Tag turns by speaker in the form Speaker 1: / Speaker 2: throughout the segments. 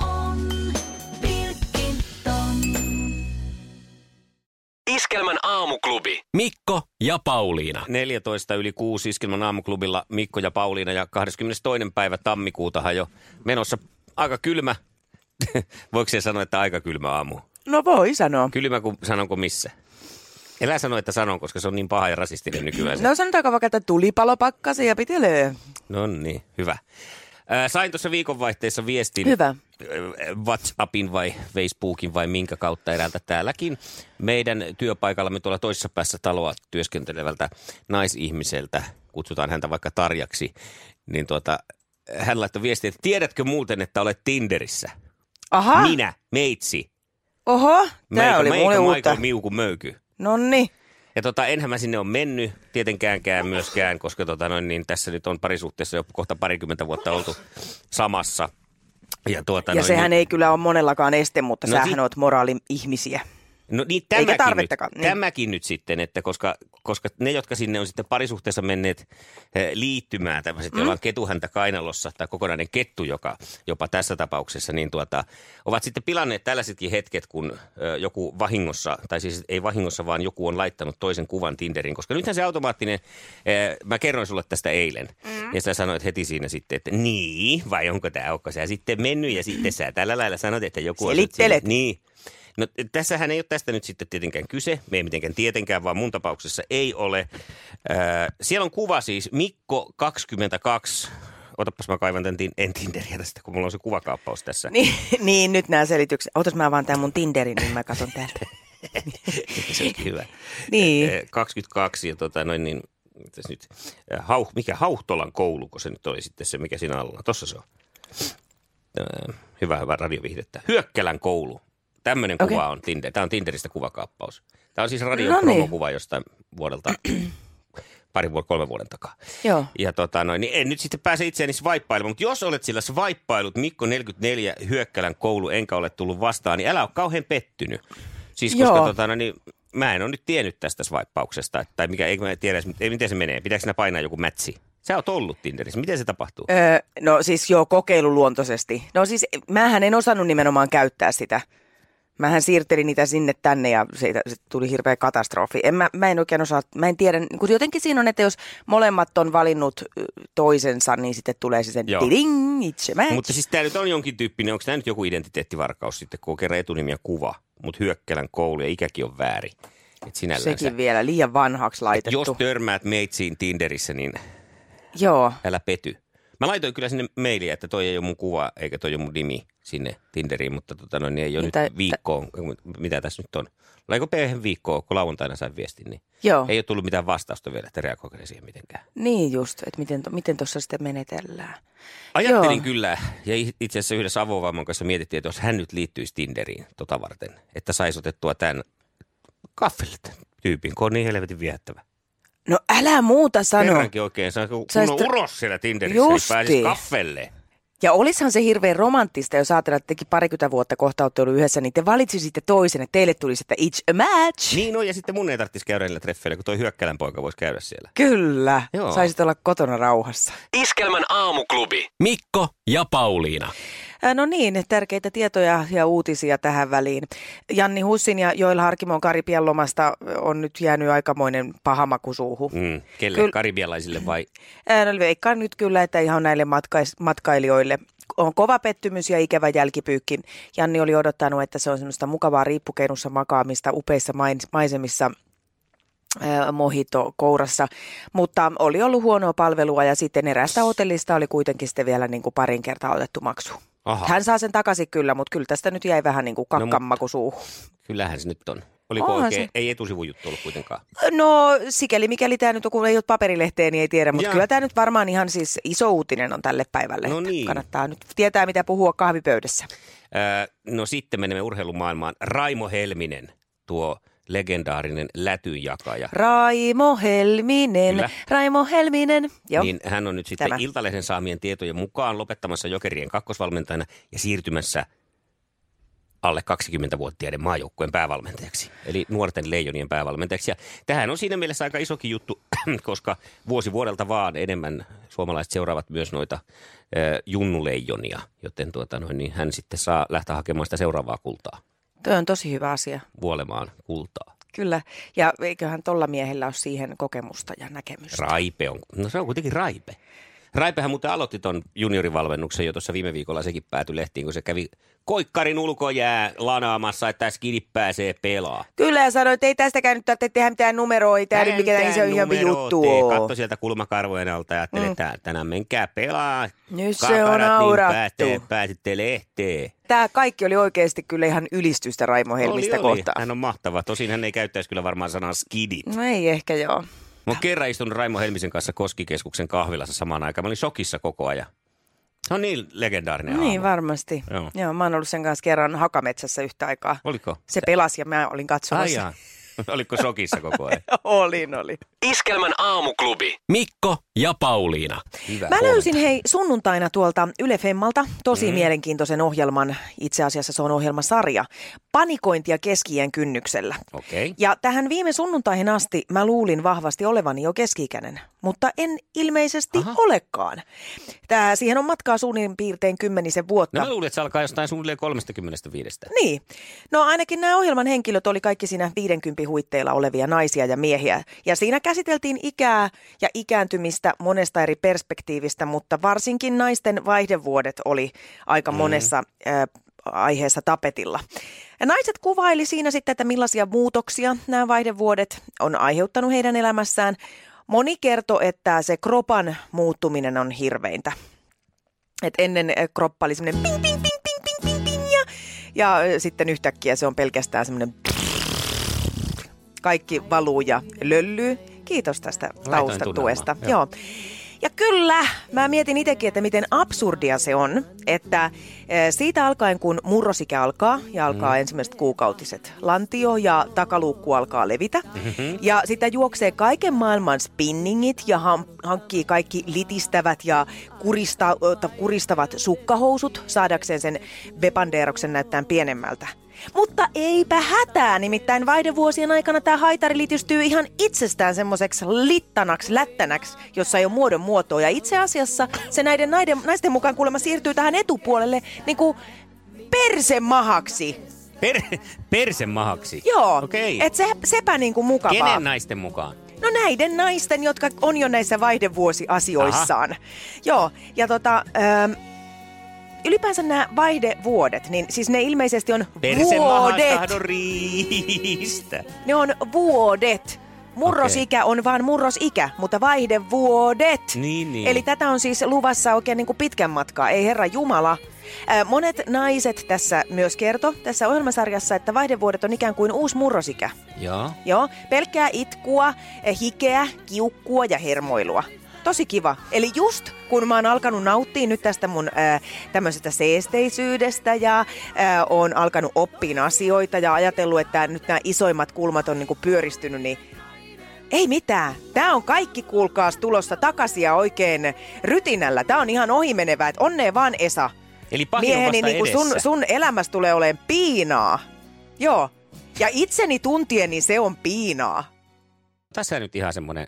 Speaker 1: on Pilkington.
Speaker 2: Iskelmän aamuklubi. Mikko ja Pauliina.
Speaker 3: 14 yli 6 Iskelman aamuklubilla Mikko ja Pauliina ja 22. päivä tammikuutahan jo menossa aika kylmä. Voiko se sanoa, että aika kylmä aamu?
Speaker 4: No voi sanoa.
Speaker 3: Kylmä kuin sanonko missä? Elä sano, että sanon, koska se on niin paha ja rasistinen nykyään. se.
Speaker 4: No sanotaanko vaikka, että tulipalopakkasi ja pitelee.
Speaker 3: No niin, hyvä. Ää, Sain tuossa viikonvaihteessa viestin
Speaker 4: Hyvä.
Speaker 3: ää, WhatsAppin vai Facebookin vai minkä kautta eräältä täälläkin meidän työpaikallamme tuolla toisessa päässä taloa työskentelevältä naisihmiseltä, kutsutaan häntä vaikka Tarjaksi, niin tuota, hän laittoi viestiä, että tiedätkö muuten, että olet Tinderissä?
Speaker 4: Aha,
Speaker 3: Minä, meitsi,
Speaker 4: oho,
Speaker 3: meikä,
Speaker 4: tämä Ah! oli
Speaker 3: meikä,
Speaker 4: mulle
Speaker 3: maiko,
Speaker 4: uutta.
Speaker 3: miuku, möyky.
Speaker 4: Nonni,
Speaker 3: Ja tota, enhän mä sinne ole mennyt tietenkäänkään myöskään, koska tota, noin, niin tässä nyt on parisuhteessa jo kohta parikymmentä vuotta oltu samassa. Ja, tuota,
Speaker 4: ja
Speaker 3: noin,
Speaker 4: sehän
Speaker 3: niin,
Speaker 4: ei kyllä ole monellakaan este, mutta
Speaker 3: No
Speaker 4: no
Speaker 3: sit-
Speaker 4: sähän oot moraalin ihmisiä.
Speaker 3: no, niin, tämäkin
Speaker 4: tarvettakaan,
Speaker 3: Nyt,
Speaker 4: niin.
Speaker 3: Tämäkin nyt sitten, että koska, koska ne, jotka sinne on sitten parisuhteessa menneet eh, liittymään, tämmöiset, mm. joilla on ketuhäntä kainalossa tai kokonainen kettu joka, jopa tässä tapauksessa, niin tuota, ovat sitten pilanneet tällaisetkin hetket, kun ö, joku vahingossa, tai siis ei vahingossa, vaan joku on laittanut toisen kuvan Tinderin, koska nythän se automaattinen, eh, mä kerroin sulle tästä eilen, mm. ja sä sanoit heti siinä sitten, että niin, vai onko tämä, onko sä sitten mennyt, ja sitten sä tällä lailla sanot, että joku on... nyt
Speaker 4: Selittelet.
Speaker 3: siinä- Niin. No tässähän ei ole tästä nyt sitten tietenkään kyse, me ei mitenkään tietenkään, vaan mun tapauksessa ei ole. Öö, siellä on kuva siis Mikko 22, otapas mä kaivan tämän tin, en Tinderiä tästä, kun mulla on se kuvakaappaus tässä.
Speaker 4: Niin, niin nyt nämä selitykset. Otas mä vaan tämän mun Tinderin, niin mä katson täältä.
Speaker 3: se on hyvä.
Speaker 4: Niin.
Speaker 3: Öö, 22 ja tota noin niin, mitäs nyt, Öö, hauh, mikä Hauhtolan koulu, kun se nyt oli sitten se, mikä siinä alla on. Tossa se on. Öö, hyvä, hyvä radioviihdettä. Hyökkälän koulu. Tämmöinen
Speaker 4: Okei.
Speaker 3: kuva on Tinder. Tämä on Tinderistä kuvakaappaus. Tämä on siis
Speaker 4: No niin.
Speaker 3: radiopromokuva jostain vuodelta pari vuotta, kolmen vuoden takaa.
Speaker 4: Joo.
Speaker 3: Ja tota noin, niin en nyt sitten pääse itseäni swipeilemaan, mutta jos olet sillä swipeilut Mikko 44 Hyökkälän koulu, enkä ole tullut vastaan, niin älä ole kauhean pettynyt. Siis koska
Speaker 4: Joo.
Speaker 3: tota noin, niin mä en ole nyt tiennyt tästä swipauksesta, että- tai mikä, eikä mä tiedä, edes, ei, miten se menee, pitääkö sinä painaa joku mätsi? Sä oot ollut Tinderissä, miten se tapahtuu?
Speaker 4: Öö, no siis joo, kokeiluluontoisesti. No siis mähän en osannut nimenomaan käyttää sitä. Mähän siirtelin niitä sinne tänne ja siitä sit tuli hirveä katastrofi. En, mä, mä en oikein osaa, mä en tiedä, kun jotenkin siinä on, että jos molemmat on valinnut ö, toisensa, niin sitten tulee se sen
Speaker 3: Joo.
Speaker 4: tiding, itse match.
Speaker 3: Mutta siis tämä nyt on jonkin tyyppinen, onko tämä nyt joku identiteettivarkaus sitten, kun on kerran etunimi ja kuva, mutta Hyökkälän koulu ja ikäkin on väärin. Et sinällään
Speaker 4: Sekin vielä liian vanhaksi laitettu.
Speaker 3: jos törmäät meitsiin Tinderissä, niin
Speaker 4: Joo,
Speaker 3: älä pety. Mä laitoin kyllä sinne mailia, että toi ei ole mun kuva eikä toi ole mun nimi sinne Tinderiin, mutta tota noin, niin ei ole
Speaker 4: Mitä-
Speaker 3: nyt viikkoon, mitä tässä nyt on. Oliko pehen viikkoon, kun lauantaina sain viestin, niin
Speaker 4: joo.
Speaker 3: ei ole tullut mitään vastausta vielä, että reagoiko ne siihen mitenkään.
Speaker 4: Niin just, että miten, to, miten tuossa sitten menetellään.
Speaker 3: Ajattelin
Speaker 4: Joo.
Speaker 3: kyllä, ja i- itse asiassa yhdessä avovaimon kanssa mietittiin, että jos hän nyt liittyisi Tinderiin tota varten, että saisi otettua tämän kaffille tämän tyypin, kun on niin helvetin viehättävä.
Speaker 4: No älä muuta sano.
Speaker 3: Kerrankin oikein, saa kun
Speaker 4: Sä
Speaker 3: on
Speaker 4: sit-
Speaker 3: uros siellä Tinderissä, niin
Speaker 4: Justiin.
Speaker 3: pääsisi kaffelle.
Speaker 4: Ja olishan se hirveän romanttista, jos ajatellaan, että tekin parikymmentä vuotta kohta olette ollut yhdessä, niin te valitsisitte toisen, että teille tulisi, että it's a match.
Speaker 3: Niin on, ja sitten mun ei tarvitsisi käydä niillä treffeillä, kun toi hyökkälän poika voisi käydä siellä.
Speaker 4: Kyllä,
Speaker 3: Joo.
Speaker 4: saisit olla kotona rauhassa.
Speaker 2: Iskelmän aamuklubi. Mikko ja Pauliina.
Speaker 4: Ää, No niin, tärkeitä tietoja ja uutisia tähän väliin. Janni Hussin ja Joel Harkimon Karibian lomasta on nyt jäänyt aikamoinen pahamaku suuhun.
Speaker 3: Mm. Kelle? Kyllä.
Speaker 4: Kyllä.
Speaker 3: Karibialaisille vai?
Speaker 4: Ää, No veikkaan nyt kyllä, että ihan näille matkais- matkailijoille on kova pettymys ja ikävä jälkipyykki. Janni oli odottanut, että se on semmoista mukavaa riippukeinussa makaamista upeissa main- maisemissa ää, mojito kourassa, mutta oli ollut huonoa palvelua ja sitten eräästä hotellista oli kuitenkin sitten vielä niin kuin parin kertaa otettu maksu.
Speaker 3: Aha, Hän...
Speaker 4: Hän saa sen takaisin kyllä, mutta kyllä tästä nyt jäi vähän niin kuin kakkammaku suuhun.
Speaker 3: kyllähän se nyt on. Oliko
Speaker 4: Onhan
Speaker 3: oikein?
Speaker 4: se.
Speaker 3: Ei etusivujuttu ollut kuitenkaan.
Speaker 4: No sikäli mikäli tämä nyt on, kun ei ole paperilehteä, niin ei tiedä, mutta
Speaker 3: Jaa.
Speaker 4: kyllä tämä nyt varmaan ihan siis iso uutinen on tälle päivälle.
Speaker 3: No
Speaker 4: että
Speaker 3: niin.
Speaker 4: Kannattaa nyt tietää, mitä puhua kahvipöydässä.
Speaker 3: Äh, Öö, no sitten menemme urheilumaailmaan. Raimo Helminen, tuo legendaarinen lätyjakaja.
Speaker 4: Raimo Helminen,
Speaker 3: Kyllä.
Speaker 4: Raimo Helminen. Joo.
Speaker 3: Niin hän on nyt sitten
Speaker 4: Tämä.
Speaker 3: Tämä. Iltalehden saamien tietojen mukaan lopettamassa jokerien kakkosvalmentajana ja siirtymässä alle 20-vuotiaiden maajoukkueen päävalmentajaksi, eli nuorten leijonien päävalmentajaksi. Ja tähän on siinä mielessä aika isokin juttu, koska vuosi vuodelta vaan enemmän suomalaiset seuraavat myös noita äh, junnuleijonia, joten tuota noin, niin hän sitten saa lähteä hakemaan sitä seuraavaa kultaa,
Speaker 4: Tuo on tosi hyvä asia.
Speaker 3: vuolemaan kultaa.
Speaker 4: Kyllä. Ja eiköhän tolla miehellä ole siihen kokemusta ja näkemystä.
Speaker 3: Raipe on, no se on kuitenkin Raipe. Raipehän muuten aloitti ton juniorivalmennuksen jo tuossa viime viikolla, sekin päätyi lehtiin, kun se kävi koikkarin ulkojää lanaamassa, että skidit pääsee pelaa.
Speaker 4: Kyllä, ja sanoin, että ei tästäkään nyt tarvitse tehdä mitään numeroa, ei tämä nyt mikään iso isompi juttu ole.
Speaker 3: Katso sieltä kulmakarvojen alta ja ajattelin, että mm. tänään menkää pelaa.
Speaker 4: Nyt se
Speaker 3: Kakarat,
Speaker 4: on
Speaker 3: niin
Speaker 4: aurattu.
Speaker 3: pääsee- Pääsitte lehteen.
Speaker 4: Tämä kaikki oli oikeasti kyllä ihan ylistystä Raimo Helmistä kohtaan.
Speaker 3: Hän on mahtava. Tosin hän ei käyttäisi kyllä varmaan sanaa skidit.
Speaker 4: No ei ehkä joo.
Speaker 3: Mä oon kerran istunut Raimo Helmisen kanssa Koskikeskuksen kahvilassa samaan aikaan. Mä olin shokissa koko ajan. Se on niin legendaarinen
Speaker 4: Niin
Speaker 3: aamu.
Speaker 4: varmasti. Joo.
Speaker 3: Joo.
Speaker 4: joo. mä oon ollut sen kanssa kerran Hakametsässä yhtä aikaa.
Speaker 3: Oliko?
Speaker 4: Se pelasi ja mä olin
Speaker 3: Ai
Speaker 4: katsomassa.
Speaker 3: jaa. Oliko shokissa koko ajan?
Speaker 4: olin, olin.
Speaker 2: Iskelmän aamuklubi. Mikko ja Pauliina.
Speaker 3: Hyvä.
Speaker 4: Mä
Speaker 3: huomenta.
Speaker 4: löysin hei sunnuntaina tuolta Yle Femmalta tosi mm. mielenkiintoisen ohjelman. Itse asiassa se on ohjelmasarja. Panikointia keskiään kynnyksellä.
Speaker 3: Okei. Okay.
Speaker 4: Ja tähän viime sunnuntaihin asti mä luulin vahvasti olevani jo keski-ikäinen, mutta en ilmeisesti Aha. olekaan. Tää, siihen on matkaa suunnin piirtein kymmenisen vuotta.
Speaker 3: No mä luulin, että se alkaa jostain suunnilleen 35.
Speaker 4: Niin. No ainakin nämä ohjelman henkilöt oli kaikki siinä 50 huitteilla olevia naisia ja miehiä. Ja siinä käsiteltiin ikää ja ikääntymistä monesta eri perspektiivistä, mutta varsinkin naisten vaihdevuodet oli aika mm. monessa äh, aiheessa tapetilla. Ja naiset kuvaili siinä sitten, että millaisia muutoksia nämä vaihdevuodet on aiheuttanut heidän elämässään. Moni kertoi, että se kropan muuttuminen on hirveintä. Et ennen eh, kroppa oli semmoinen ping, ping, ping, ping, ping, ping, ping ja, ja eh, sitten yhtäkkiä se on pelkästään semmoinen kaikki valuu ja löllyy. Kiitos tästä taustatuesta.
Speaker 3: tunnelmaa,
Speaker 4: Joo. Ja kyllä, mä mietin itsekin, että miten absurdia se on, että eh, siitä alkaen kun murrosikä alkaa ja alkaa mm. ensimmäiset kuukautiset, lantio ja takaluukku alkaa levitä mm-hmm. ja sitä juoksee kaiken maailman spinningit ja ham- hankkii kaikki litistävät ja kurista- ota- kuristavat sukkahousut saadakseen sen vepandeeroksen näyttää pienemmältä. Mutta eipä hätää, nimittäin vaihdevuosien aikana tämä haitari litistyy ihan itsestään semmoiseksi littanaksi, lättänäksi, jossa ei ole muodon muotoa. Ja itse asiassa se näiden naiden, naisten mukaan kuulemma siirtyy tähän etupuolelle niin kuin persemahaksi.
Speaker 3: Per, persen mahaksi.
Speaker 4: Joo,
Speaker 3: Okei.
Speaker 4: et se, sepä niin kuin mukavaa.
Speaker 3: Kenen naisten mukaan?
Speaker 4: No näiden naisten, jotka on jo näissä vaihdevuosiasioissaan. Aha. Joo, ja tota, ähm, ylipäänsä nämä vaihdevuodet, niin siis ne ilmeisesti on
Speaker 3: Persen
Speaker 4: vuodet.
Speaker 3: mahasta riistä.
Speaker 4: Ne on vuodet. Murrosikä okay. on vaan murrosikä, mutta vaihdevuodet.
Speaker 3: Niin, niin.
Speaker 4: Eli tätä on siis luvassa oikein niin kuin pitkän matkaa, ei herra Jumala. Ää, Monet naiset tässä myös kerto tässä ohjelmasarjassa, että vaihdevuodet on ikään kuin uusi murrosikä.
Speaker 3: Joo.
Speaker 4: Joo, pelkkää itkua, eh, hikeä, kiukkua ja hermoilua. Tosi kiva. Eli just kun mä oon alkanut nauttia nyt tästä mun ää, tämmöisestä seesteisyydestä ja ää, oon alkanut oppiin asioita ja ajatellut, että nyt nämä isoimmat kulmat on niinku pyöristynyt, niin ei mitään. Tää on kaikki, kuulkaas, tulossa takaisin ja oikein rytinällä. Tää on ihan ohimenevää, että onnea vaan Esa.
Speaker 3: Eli pahin on
Speaker 4: Mieheni,
Speaker 3: vasta
Speaker 4: niin kuin sun,
Speaker 3: edessä.
Speaker 4: sun elämässä tulee olemaan piinaa. Joo. Ja itseni tuntien, niin se on piinaa.
Speaker 3: Tässä nyt ihan semmonen...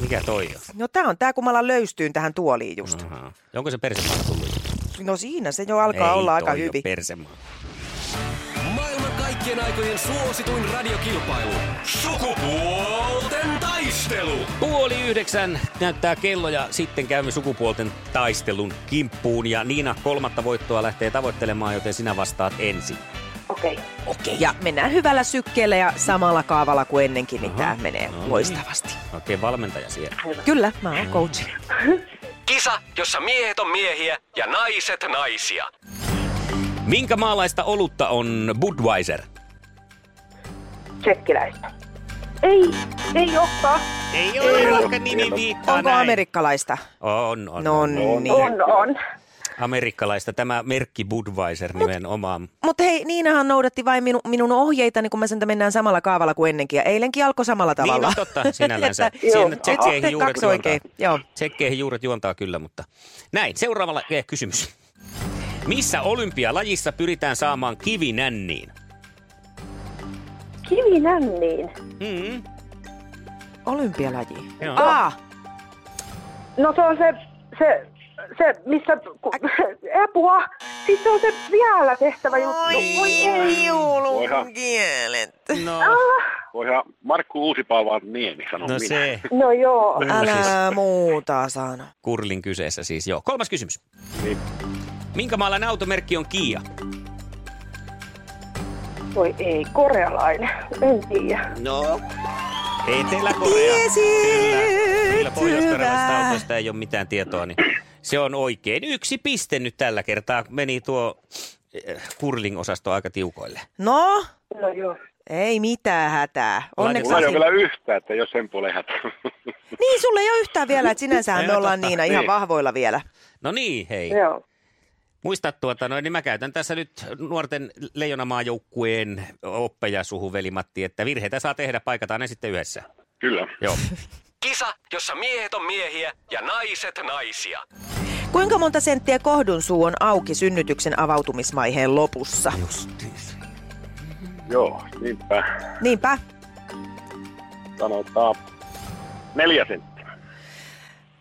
Speaker 3: Mikä toi on?
Speaker 4: No tää on tää, kun mä alan löystyyn tähän tuoliin just.
Speaker 3: Aha. Onko se persemaha tullut?
Speaker 4: No siinä se jo alkaa
Speaker 3: Mm. Ei
Speaker 4: olla aika
Speaker 3: toi oo
Speaker 4: hyvin.
Speaker 3: persemaha.
Speaker 2: Maailman kaikkien aikojen suosituin radiokilpailu. Sukupuolten taistelu.
Speaker 3: Puoli yhdeksän näyttää kello ja sitten käymme sukupuolten taistelun kimppuun. Ja Niina kolmatta voittoa lähtee tavoittelemaan, joten sinä vastaat ensin.
Speaker 4: Okei. Okay. Ja mennään hyvällä sykkeellä ja samalla kaavalla kuin ennenkin, niin tää menee
Speaker 3: no niin.
Speaker 4: loistavasti.
Speaker 3: Okei, valmentaja siellä.
Speaker 4: Kyllä, mä oon coach.
Speaker 3: Mm.
Speaker 2: Kisa, jossa miehet on miehiä ja naiset naisia.
Speaker 3: Minkä maalaista olutta on Budweiser?
Speaker 1: tsekkiläistä. Ei, ei olekaan.
Speaker 3: Ei ole, vaikka nimi viittaa
Speaker 4: Onko
Speaker 3: näin.
Speaker 4: amerikkalaista?
Speaker 3: On, on.
Speaker 4: No
Speaker 3: on.
Speaker 4: niin.
Speaker 1: On, on.
Speaker 3: amerikkalaista, tämä merkki Budweiser nimenomaan.
Speaker 4: Mutta hei, Niinahan noudatti vain minu, minun ohjeitani, kun mä sen että mennään samalla kaavalla kuin ennenkin. Ja eilenkin alkoi samalla
Speaker 3: Niin,
Speaker 4: tavalla.
Speaker 3: no totta, sinällänsä.
Speaker 4: Että-
Speaker 1: Joo.
Speaker 3: Siinä tsekkeihin
Speaker 4: Sitten
Speaker 3: juuret
Speaker 4: kaksi oikein, joo.
Speaker 3: juontaa. Tsekkeihin juuret juontaa kyllä, mutta näin. Seuraava eh, kysymys. Missä olympialajissa pyritään saamaan kivinänniin?
Speaker 1: Kivinänniin.
Speaker 3: Mm-hmm.
Speaker 4: Olympialaji.
Speaker 3: Joo.
Speaker 4: Aa,
Speaker 1: No se on se, se, se missä, ku, apua. Siis se on se vielä tehtävä juttu. Voi ei.
Speaker 4: Joulun
Speaker 5: Voihan.
Speaker 4: kielet.
Speaker 3: No,
Speaker 5: Voihan Markku Uusipaavan niemi sanoa
Speaker 3: no
Speaker 5: minä.
Speaker 3: se.
Speaker 1: No joo.
Speaker 4: Älä muuta sano.
Speaker 3: Kurlin kyseessä siis, joo. Kolmas kysymys.
Speaker 5: Niin.
Speaker 3: Minkä maalainen automerkki on Kia?
Speaker 1: Voi ei, korealainen. En tiedä.
Speaker 3: No. Etelä-Korea. Kyllä, kyllä pohjois autosta ei ole mitään tietoa, niin se on oikein. Yksi piste nyt tällä kertaa. Meni tuo eh, curling-osasto aika tiukoille.
Speaker 4: No,
Speaker 1: No joo.
Speaker 4: ei mitään hätää. Onneksi
Speaker 5: Mulla ei ole
Speaker 4: asia-
Speaker 5: vielä yhtä, että jos sen puoleen hätää.
Speaker 4: Niin, sulle ei ole yhtään vielä, että sinänsähän
Speaker 3: Ei,
Speaker 4: me
Speaker 3: no
Speaker 4: ollaan
Speaker 3: totta.
Speaker 4: Niina ihan
Speaker 5: Niin.
Speaker 4: vahvoilla vielä.
Speaker 3: No niin, hei.
Speaker 1: Joo.
Speaker 3: Muista tuota, no, niin mä käytän tässä nyt nuorten leijonamaajoukkueen oppeja suhu, veli Matti, että virheitä saa tehdä, paikataan ne sitten yhdessä.
Speaker 5: Kyllä.
Speaker 3: Joo.
Speaker 2: Kisa, jossa miehet on miehiä ja naiset naisia.
Speaker 4: Kuinka monta senttiä kohdun suu on auki synnytyksen avautumisvaiheen lopussa?
Speaker 5: Joo, niinpä.
Speaker 4: Niinpä.
Speaker 5: Sanotaan neljä senttiä.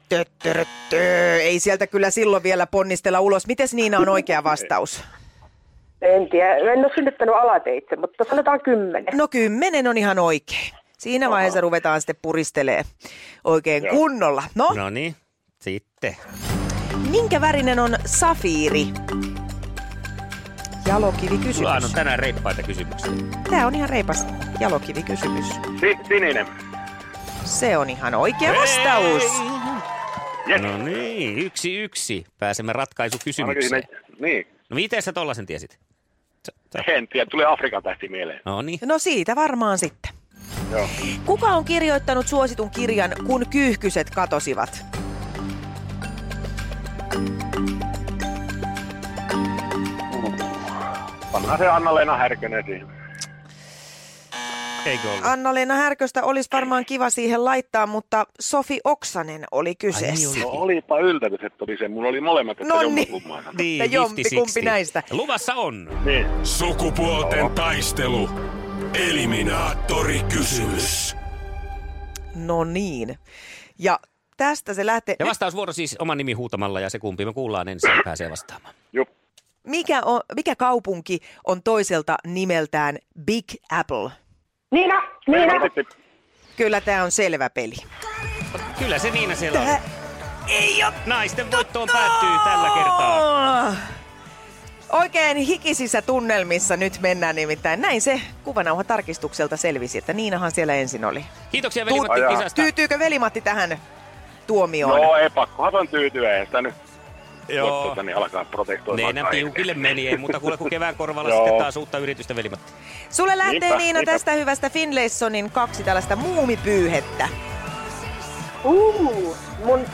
Speaker 4: Tö, tö, tö. Ei sieltä kyllä silloin vielä ponnistella ulos. Mites Niina on oikea vastaus?
Speaker 1: En tiedä. En ole synnyttänyt alateitse, mutta sanotaan kymmenen.
Speaker 4: No kymmenen on ihan oikein. Siinä vaiheessa ruvetaan sitten puristelee oikein
Speaker 5: Joo.
Speaker 4: kunnolla. No,
Speaker 3: No niin, sitten.
Speaker 4: minkä värinen on safiiri? Jalokivi
Speaker 3: Sulla on
Speaker 4: kysymys.
Speaker 3: tänään reippaita kysymyksiä.
Speaker 4: Tämä on ihan reipas jalokivi kysymys.
Speaker 5: Si- sininen.
Speaker 4: Se on ihan oikea vastaus.
Speaker 5: Jes.
Speaker 3: No niin, yksi yksi. Pääsemme
Speaker 5: Ainakin sinne-
Speaker 3: ratkaisukysymykseen.
Speaker 5: Niin.
Speaker 3: No miten sä tollasen tiesit? Sä- sä-
Speaker 5: En tiedä, tulee Afrikan tähti mieleen.
Speaker 3: No niin.
Speaker 4: No siitä varmaan sitten.
Speaker 5: Joo.
Speaker 4: Kuka on kirjoittanut suositun kirjan Kun kyyhkyset katosivat?
Speaker 5: Pannaan se Anna-Leena Härkönen siihen.
Speaker 3: Eikö ollut?
Speaker 4: Anna-Leena Härköstä olisi varmaan kiva siihen laittaa, mutta Sofi Oksanen oli kyseessä.
Speaker 5: No olipa yllätys, että oli se. Mulla oli molemmat, että
Speaker 4: No niin.
Speaker 5: jommakummaa sanoi.
Speaker 4: Ja jompi kumpi näistä.
Speaker 3: Luvassa on.
Speaker 5: Niin.
Speaker 6: Sukupuolten taistelu. Eliminaattori kysymys.
Speaker 4: No niin. Ja tästä se lähtee.
Speaker 3: Ja vastausvuoro siis oman nimi huutamalla ja se kumpi me kuullaan ensin pääsee vastaamaan.
Speaker 5: Jup.
Speaker 4: Mikä, on, mikä kaupunki on toiselta nimeltään Big Apple?
Speaker 1: Niina, Niina.
Speaker 5: Helvetti.
Speaker 4: Kyllä tämä on selvä peli.
Speaker 3: Kyllä se Niina siellä on.
Speaker 4: Tää ei ole
Speaker 3: Naisten voittoon päättyy tällä kertaa.
Speaker 4: Ah. Oikein hikisissä tunnelmissa nyt mennään nimittäin. Näin se kuvanauha tarkistukselta selvisi, että Niinahan siellä ensin oli.
Speaker 3: Kiitoksia Veli-Matti
Speaker 5: Ajaa.
Speaker 3: kisasta.
Speaker 4: Tyytyykö velimatti tähän tuomioon?
Speaker 5: No ei, pakkohan on tyytyä. Eihän sitä nyt
Speaker 3: Joo.
Speaker 5: voi tuota, niin alkaa protektoimaan.
Speaker 3: Neenä piukille meni, ei muuta kuule kuin kevään korvalla
Speaker 5: Joo.
Speaker 3: sitten taas uutta yritystä Veli-Matti.
Speaker 4: Sulle lähtee
Speaker 5: Niinpä,
Speaker 4: Niina
Speaker 5: niinpä.
Speaker 4: tästä hyvästä Finlaysonin kaksi tällaista muumipyyhettä.
Speaker 1: Uu, mun,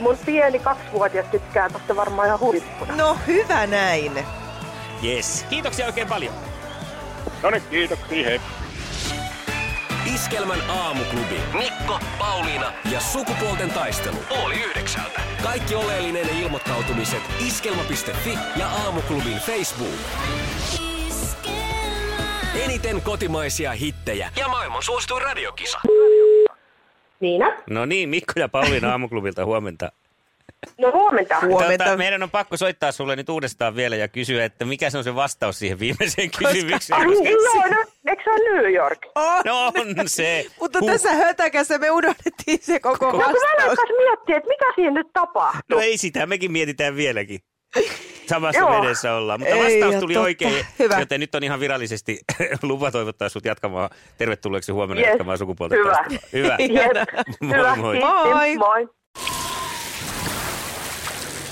Speaker 1: mun pieni kaksivuotias tykkää tosta varmaan ihan huippuna.
Speaker 4: No hyvä näin.
Speaker 3: Yes. Kiitoksia oikein paljon.
Speaker 5: No niin, kiitoksia. Hei.
Speaker 7: Iskelmän aamuklubi
Speaker 2: Mikko, Pauliina
Speaker 7: ja sukupuolten taistelu.
Speaker 2: oli yhdeksältä.
Speaker 7: Kaikki oleellinen ilmoittautumiset iskelma.fi ja aamuklubin Facebook. Eniten kotimaisia hittejä.
Speaker 2: Ja maailman suosituin radiokisa.
Speaker 1: Niina,
Speaker 3: No niin, Mikko ja Pauliina aamuklubilta huomenta.
Speaker 1: no huomenta.
Speaker 4: Huomenta.
Speaker 3: Tota, meidän on pakko soittaa sulle nyt uudestaan vielä ja kysyä, että mikä se on se vastaus siihen viimeiseen kysymykseen.
Speaker 1: Ai,
Speaker 3: Koska...
Speaker 1: no, no, eikö se ole New York?
Speaker 4: On.
Speaker 3: No on se.
Speaker 4: Mutta tässä hötäkässä me unohdettiin se koko
Speaker 1: No kun mä
Speaker 4: vastaus.
Speaker 1: aloin miettiä, että mitä siinä nyt tapahtuu.
Speaker 3: No ei sitä, mekin mietitään vieläkin. Samassa
Speaker 1: Joo.
Speaker 3: vedessä ollaan, mutta
Speaker 4: Ei
Speaker 3: vastaus
Speaker 4: oo
Speaker 3: tuli
Speaker 4: totta.
Speaker 3: oikein,
Speaker 4: Hyvä.
Speaker 3: joten nyt on ihan virallisesti lupa toivottaa sut jatkamaan. Tervetulleeksi huomenna
Speaker 1: Yes.
Speaker 3: jatkamaan sukupuolta.
Speaker 1: Hyvä.
Speaker 3: Hyvä.
Speaker 1: Yes.
Speaker 3: Moi,
Speaker 1: Hyvä,
Speaker 3: moi.
Speaker 1: kiitti,
Speaker 4: Moi.
Speaker 1: Moi.